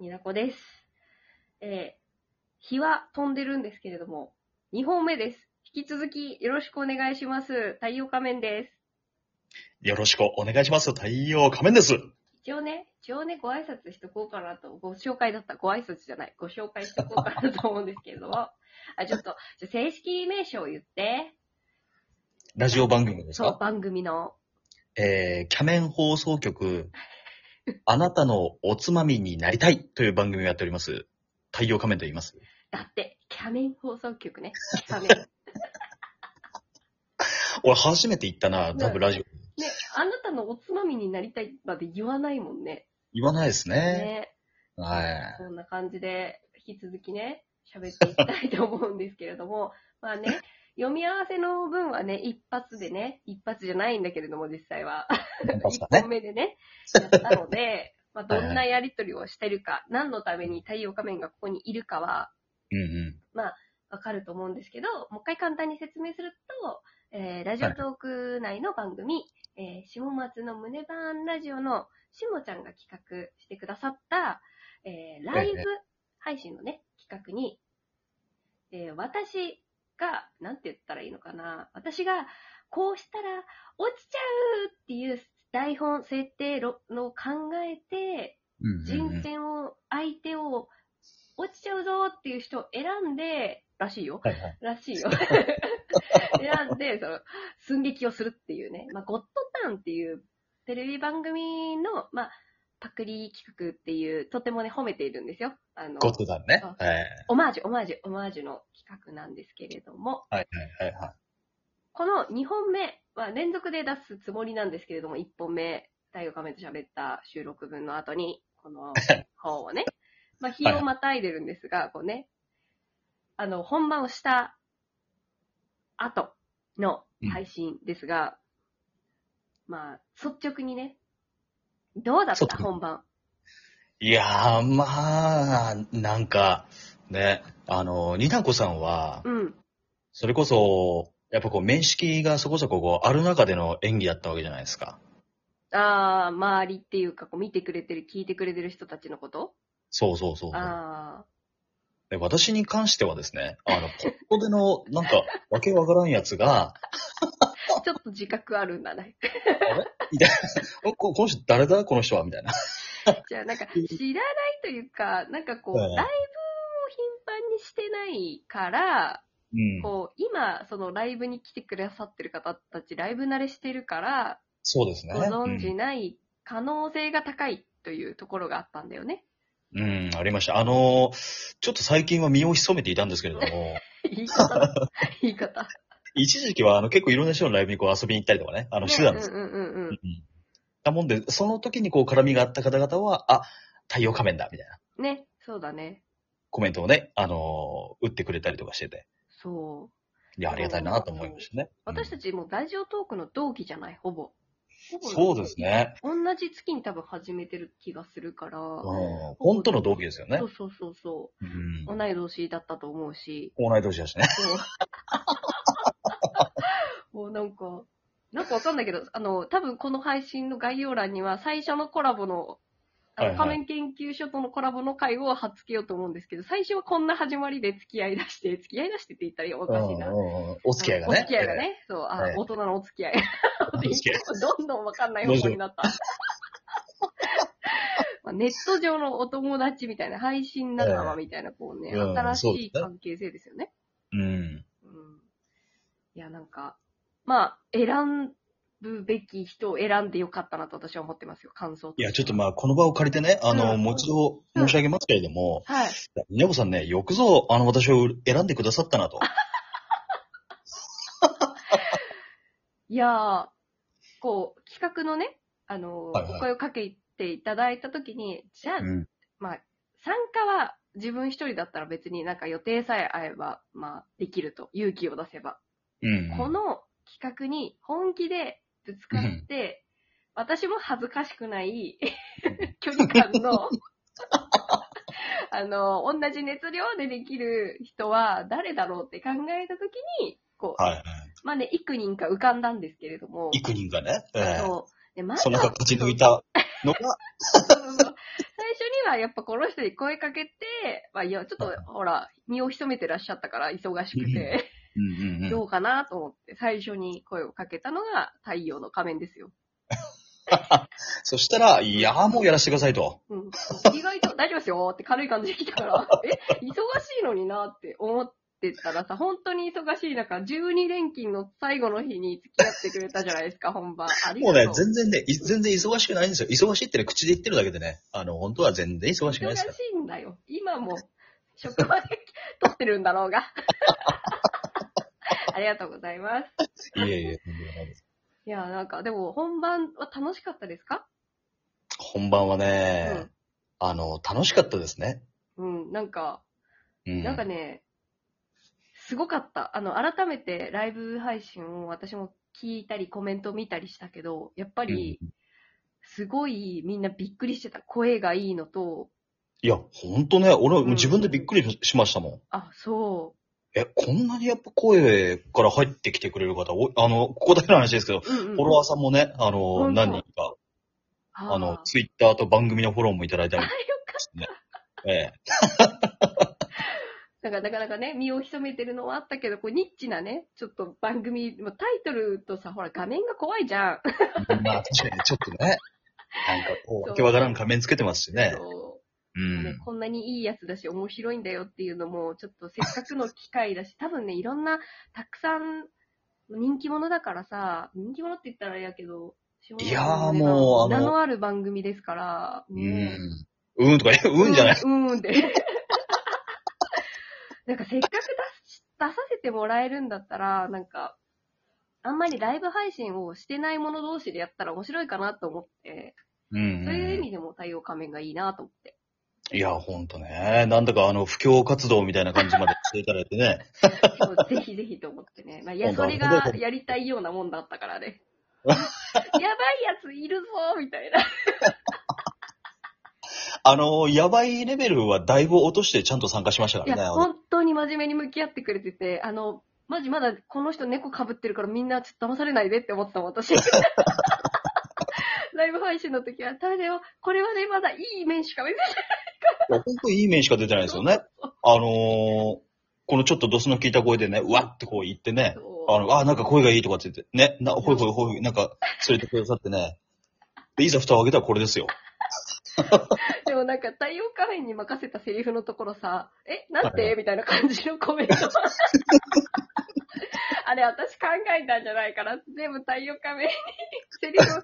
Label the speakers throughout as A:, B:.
A: になこです。えー日は飛んでるんですけれども、2本目です。引き続きよろしくお願いします。太陽仮面です。
B: よろしくお願いします。太陽仮面です。
A: 一応ね、一応ね、ご挨拶しとこうかなと、ご紹介だった、ご挨拶じゃない、ご紹介しとこうかなと思うんですけれ ども、あ、ちょっと、じゃあ正式名称を言って、
B: ラジオ番組です
A: そう、
B: か
A: 番組の、
B: えー、キャメン放送局、あなたのおつまみになりたいという番組をやっております。太陽仮面と言います。
A: だって、キャメン放送局ね、キ ャメン。
B: 俺初めて行ったな、
A: ね
B: 多分ラジオ。
A: ね、あなたのおつまみになりたいまで言わないもんね。
B: 言わないですね。
A: ね。
B: はい。
A: こんな感じで、引き続きね、喋っていきたいと思うんですけれども、 まあね、読み合わせの分はね、一発でね、一発じゃないんだけれども、実際は。
B: 確
A: 一
B: かね。
A: 本目でね、やったので、まあ、どんなやりとりをしてるか、何のために太陽仮面がここにいるかは、
B: うんうん。
A: わかると思うんですけど、もう一回簡単に説明すると、えーラジオトーク内の番組、えー下松の胸バーンラジオのしもちゃんが企画してくださった、えーライブ
B: ええ
A: 配信のね、企画に、えー私が、なんて言ったらいいのかな、私が、こうしたら落ちちゃうっていう台本、設定ろの考えて、
B: うんうんう
A: 人
B: ん
A: 選を、相手を、落ちちゃうぞっていう人を選んで、らしいよ。
B: はいはい
A: らしいよ。 選んで、その、寸劇をするっていうね。まあ、ゴッドタンっていうテレビ番組の、まあ、パクリ企画っていう、とてもね、褒めているんですよ。あの、
B: ゴッドだね。
A: あ
B: はいはい
A: オマージュ、オマージュ、オマージュの企画なんですけれども、
B: はいはいはい。
A: この2本目は連続で出すつもりなんですけれども、1本目、太陽仮面と喋った収録分の後に、こ の本をね、まあ、日をまたいでるんですが、こうね、あの、本番をした後の配信ですが、まあ、率直にね、どうだっ
B: 率
A: た
B: 直に
A: 本番。
B: いやー、まあ、なんか、ね、あの、ニナコさんは、
A: うん。
B: それこそ、やっぱこう、面識がそこそここうある中での演技だったわけじゃないですか。
A: ああ、周りっていうか、こう見てくれてる、聞いてくれてる人たちのこと
B: そうそうそうそう
A: ああ、
B: で。私に関してはですね、あの、ここでの、なんか、 わけわからんやつが、
A: ちょっと自覚あるんだね。
B: おここの人誰だこの人はみたいな。
A: じゃあなんか知らないというか、なんかこう、
B: うん
A: ライブを頻繁にしてないから、
B: うん。
A: こう、今、そのライブに来てくださってる方たち、ライブ慣れしてるから、
B: そうですね。
A: ご存知
B: うん
A: ない可能性が高いというところがあったんだよ ね。
B: うん、ありました。あの、ちょっと最近は身を潜めていたんですけれども、
A: 言い方だ。言い方。
B: 一時期はあの結構いろんな人のライブにこう遊びに行ったりとかね、あの、してたんです
A: ねうんうんうんう
B: うんだもんで、その時にこう絡みがあった方々は、あ、太陽仮面だ、みたい
A: ん。
B: な。
A: ね、そうだね。
B: コメントをね、あのー打ってくれたりとかしてて。
A: そう。
B: いや、ありがたいなと思いましたね。
A: 私た
B: ち、
A: ちもうラジオトークの同期じゃない、ほぼ。ほぼ
B: そうです。ね。
A: 同じ月に多分始めてる気がするから。
B: うん。本当の同期ですよね
A: そ。うそうそうそう。
B: うん。
A: 同い年だったと思うし、
B: 同い年だしね。
A: もうもうなんか、なんかわかんないけど、あの、多分この配信の概要欄には最初のコラボの、あ
B: はいは
A: の仮
B: い
A: 面研究所とのコラボの回を貼っつけようと思うんですけど、最初はこんな始まりで付き合い出して、付き合い出してって言ったらお
B: うん
A: かしいな。
B: うんうんお付き合いがね。
A: お付き合いがね。そう、あ、
B: はい
A: 大人のお付き合い。
B: え ー。お付き合い。
A: どんどんわかんない方向になった。まあネット上のお友達みたいな、配信仲間みたいな、こうね、
B: うん
A: 新し
B: そうで
A: い
B: すね
A: 関係性ですよね。
B: うん。
A: うんいや、なんか、まあ、選ぶべき人を選んでよかったなと私は思ってますよ、感想
B: いや、ちょっと
A: ま
B: まあ、この場を借りてね、あの、
A: うん
B: もう一度申し上げますけれども、
A: はい。
B: 稲子さんね、よくぞ、あの、私を選んでくださったなと。
A: いやー、こう、企画のね、あのー、
B: はいはい
A: お声をかけていただいたときに、じゃあ、
B: うん。
A: まあ、参加は自分一人だったら別になんか予定さえ合えば、まあ、できると、勇気を出せば。
B: うん。
A: この企画に本気でぶつかって、私も恥ずかしくない
B: うん、
A: 距離感の、 あの、同じ熱量でできる人は誰だろうって考えたときに、こう、
B: はいはい。
A: まあね、幾人か浮かんだんですけれども、
B: 幾人がね、ええ
A: そう。で、まず
B: その
A: は
B: 中勝ち抜いたのが、
A: そうそうそう最初はやっぱこの人に声かけて、まあいや、ちょっとほら、身を潜めてらっしゃったから忙しくて、
B: うんうんう
A: ど
B: ん。
A: うかなと思って最初に声をかけたのが太陽の仮面ですよ。
B: そしたら、いやーもうやらせてくださいと。
A: うん、意外と大丈夫ですよって軽い感じで来たから、 え、忙しいのになって思ってたらさ、本当に忙しい中、12連勤の最後の日に付き合ってくれたじゃないですか、本番。あり
B: もう
A: が
B: ね、
A: とう。
B: 全然ね、い全然忙しくないんですよ。忙しいってね、口で言ってるだけでね。あの、本当は全然忙しくな
A: 忙
B: い
A: し
B: ですから。
A: いんだよ。今も、職場で撮ってるんだろう が。ありがとうございます。
B: いえいえ、とんでもないです
A: いや、なんか、でも本番は楽しかったですか
B: 本番はね、あの、楽しかったですね。
A: うん、うん、なんか、
B: うん。
A: なんかね、すごかった。あの、改めてライブ配信を私も聞いたりコメント見たりしたけど、やっぱ
B: うん、
A: り、すごいみんなびっくりしてた。声がいいのと、
B: いや、ほんとね、俺は
A: うん
B: 自分でびっくりしましたもん。
A: あ、そ
B: え、こんなにやっぱ声から入ってきてくれる方、おあの、ここだけの話ですけど、
A: う。うん、うん。
B: フォロワーさんもね、あの、
A: うん
B: 何人か、
A: あー
B: あの、ツイッターと番組のフォローもいただいたりしてね。ええ。
A: なんかなかなかね、身を潜めてるのはあったけど、こうニッチなね、ちょっと番組、もうタイトルとさ、ほら画面が怖いじゃん。
B: まあ、確かにちょっとね、なんかこう、わけわからん仮面つけてますしね。。
A: そううんこんなにいいやつだし、面白いんだよっていうのも、ちょっとせっかくの機会だし、多分ね、いろんな、たくさん人気者だからさ、人気者って言ったらあれやけど、
B: いやーもうあの
A: 名のある番組ですから、
B: う
A: ね
B: ん。うんとかね、うんじゃない。
A: うん、うんで。 なんかせっかく出し出させてもらえるんだったら、なんか、あんまりライブ配信をしてない者同士でやったら面白いかなと思って、
B: うんうん
A: そういう意味でも太陽仮面がいいなと思って。
B: いや、ほんとね。なんだかあの、布教活動みたいな感じまでしていただいてね。
A: そうぜひぜひと思ってね。まあ、いや、それがやりたいようなもんだったから ね。やばいやついるぞみたいな。
B: あの、やばいレベルはだいぶ落としてちゃんと参加しましたか
A: い
B: らね。
A: や、本当に真面目に向き合ってくれてて、あの、マジまだこの人猫被ってるからみんなちょっと騙されないでって思ってたもん、 私。ライブ配信の時は、ダメだよ。これはね、まだいい面しか見せない。
B: いや、本当いい面しか出てないですよね。あのーこのちょっとドスの効いた声でね、うわってこう言ってね、あの、あ、なんか声がいいとかって言って、ね、な、ほいほいほいほい、なんか連れてくださってね。で、いざ蓋を開けたらこれですよ。
A: でもなんか、太陽仮面に任せたセリフのところさ、え、なんてみたいな感じのコメント。 あれ、私考えたんじゃないから、全部太陽仮面にセリフ作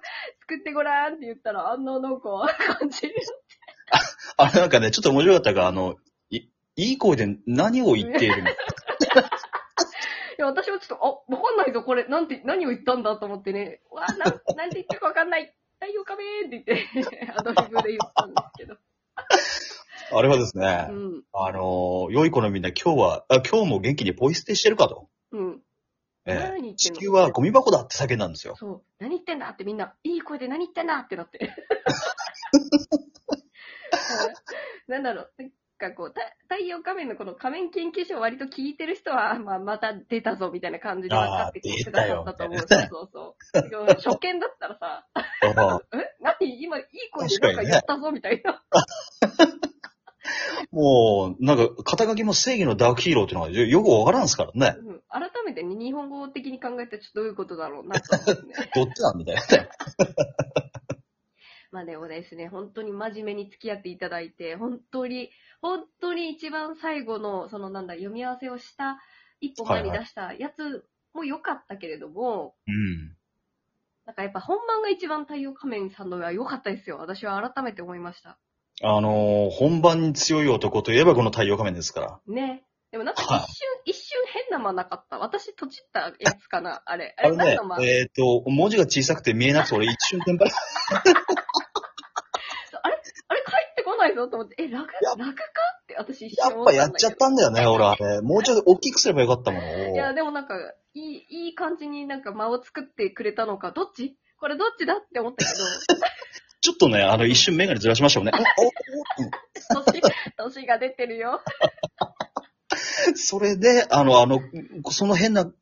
A: ってごらんって言ったら、あんななんか、感じ。
B: あれなんかね、ちょっと面白かったが、あの、い、いい声で何を言っているの
A: いや、私はちょっと、あ、わかんないぞ、これ、なんて、何を言ったんだと思ってね、わあ、なん、なんて言ったかわかんない、太陽仮面って言って、 アドリブで言ったんですけど。
B: あれはですね、
A: うん、
B: あのー良い子のみんな今日は、あ今日も元気にポイ捨てしてるかと。
A: うん。
B: え
A: 何言っ
B: え、
A: て
B: 地
A: んの
B: 球はゴミ箱だって叫んだんですよ。
A: そう、何言ってんだってみんな、いい声で何言ってんだってなって。 なんだろう、なんかこう、た太陽仮面のこの仮面研究所を割と聞いてる人は、まあ、また出たぞみたいな感じで分かってきてくださったと思う。そうそうそう。でも初見だったらさ、
B: ああ
A: え何今いい声でなんか言ったぞみたいな。
B: もう、なんか、肩書きも正義のダークヒーローっていうのがよよくわからんすからね。
A: うん改めてね、日本語的に考えてちょっとどういうことだろうなと思ってね。
B: どっちなんみたいなね。
A: まあでもですね、本当に真面目に付き合っていただいて、本当に、本当に一番最後の、そのなんだ、読み合わせをした、一歩前に
B: はいは
A: 出したやつも良かったけれども、
B: うん。
A: なんかやっぱ本番が一番太陽仮面さんのは良かったですよ。私は改めて思いました。
B: あのー本番に強い男といえばこの太陽仮面ですから。
A: ね。でもなんか一
B: はい
A: 瞬、一瞬変な間なかった。私、とちったやつかな、あれ。あ
B: あ
A: れ、
B: れ
A: 何
B: ね
A: の間、
B: えっ、と、文字が小さくて見えなくて俺一瞬先輩。
A: あれ、帰ってこないぞと思って、え、楽、
B: や
A: 楽かって私一
B: や
A: 瞬
B: っ
A: 思
B: ぱ
A: った
B: や
A: ん
B: っ
A: だ
B: ちゃ
A: け
B: っ
A: ど。
B: たんだよね、俺あれ。もうちょっと大きくすればよかったものを。
A: いや、でもなんか、いい、いい感じになんか間を作ってくれたのか、どっちこれどっちだって思ったけど、
B: ちょっとね、あの、一瞬メガネずらしましたもんね。おおお
A: 年、年が出てるよ。
B: それで、あの、あの、その変なポ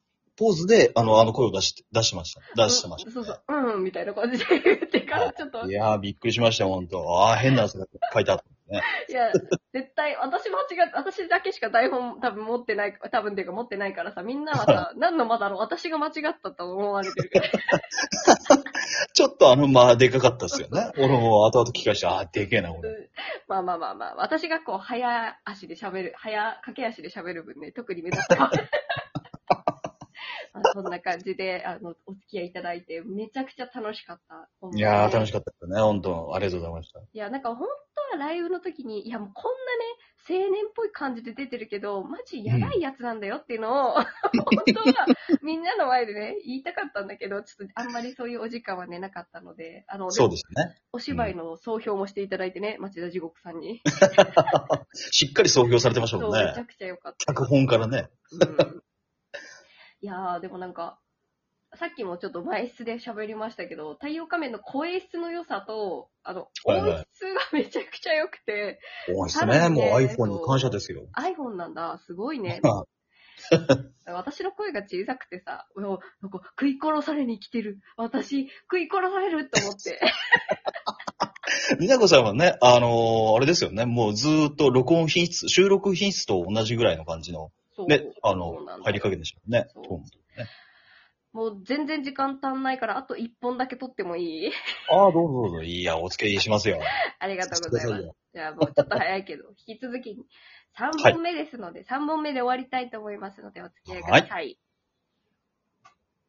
B: ーズで、あの、あの声を出して、出しました。出してました、
A: そうそう、うん、みたいな感じで言ってから、ちょっと
B: い、やー、びっくりしましたよ、ほんと。ああ、変な汗が書いてあった。ね。
A: いや、絶対、私間違って、私だけしか台本多分持ってない、多分っていうか持ってないからさ、みんなは さ、何の間だろう、私が間違ったと思われてるから。
B: ちょっとあの間でかかったっすよね。俺も後々聞き返して、ああ、でけえな、俺。
A: まあまあまあまあ、私がこう、早足で喋る、早駆け足で喋る分ね、特に目立 っては。まあそんな感じで、あの、お付き合いいただいて、めちゃくちゃ楽しかった。
B: いやー、楽
A: し
B: しかったですね。本当ありがとうございました。
A: いや、なんか本当はライブの時に、いや、もうこんなね、青年っぽい感じで出てるけど、マジやばいやつなんだよっていうのを、本当はみんなの前でね、言いたかったんだけど、ちょっとあんまりそういうお時間はね、なかったので、あの、
B: そうですね。
A: お芝居の総評もしていただいてね、町田地獄さんに。
B: しっかり創業されてました
A: そ
B: も
A: う、
B: ん
A: めち
B: ね
A: ゃ。くちゃ良かった。
B: 脚本からね。
A: うんいやー、でもなんか、さっきもちょっと前室で喋りましたけど、太陽仮面の声質の良さと、あの、
B: はい
A: 音
B: はい
A: 質がめちゃくちゃ良くて、
B: おいです
A: さら
B: ね。
A: に
B: もう
A: ね
B: iPhone に感謝ですよ。
A: iPhone なんだ、すごい ね。私の声が小さくてさ、もうなんか食い殺されに来てる。私、食い殺されると思 って。
B: みなこさんはね、あのーあれですよね。もうずーっと録音品質、収録品質と同じぐらいの感じの、
A: そう
B: ね、あ
A: そう
B: の
A: なん、だ
B: 入り加減でしたもんね。
A: そ
B: そうう
A: もう全然時間足んないから、あと1本だけ撮ってもいい
B: ああ、どうぞどうぞ。いや、お付き合いしますよ。
A: ありがとうございます。
B: す。
A: じゃあもうちょっと早いけど、引き続き3本目ですので、3本目で終わりたいと思いますので、お付き合いください。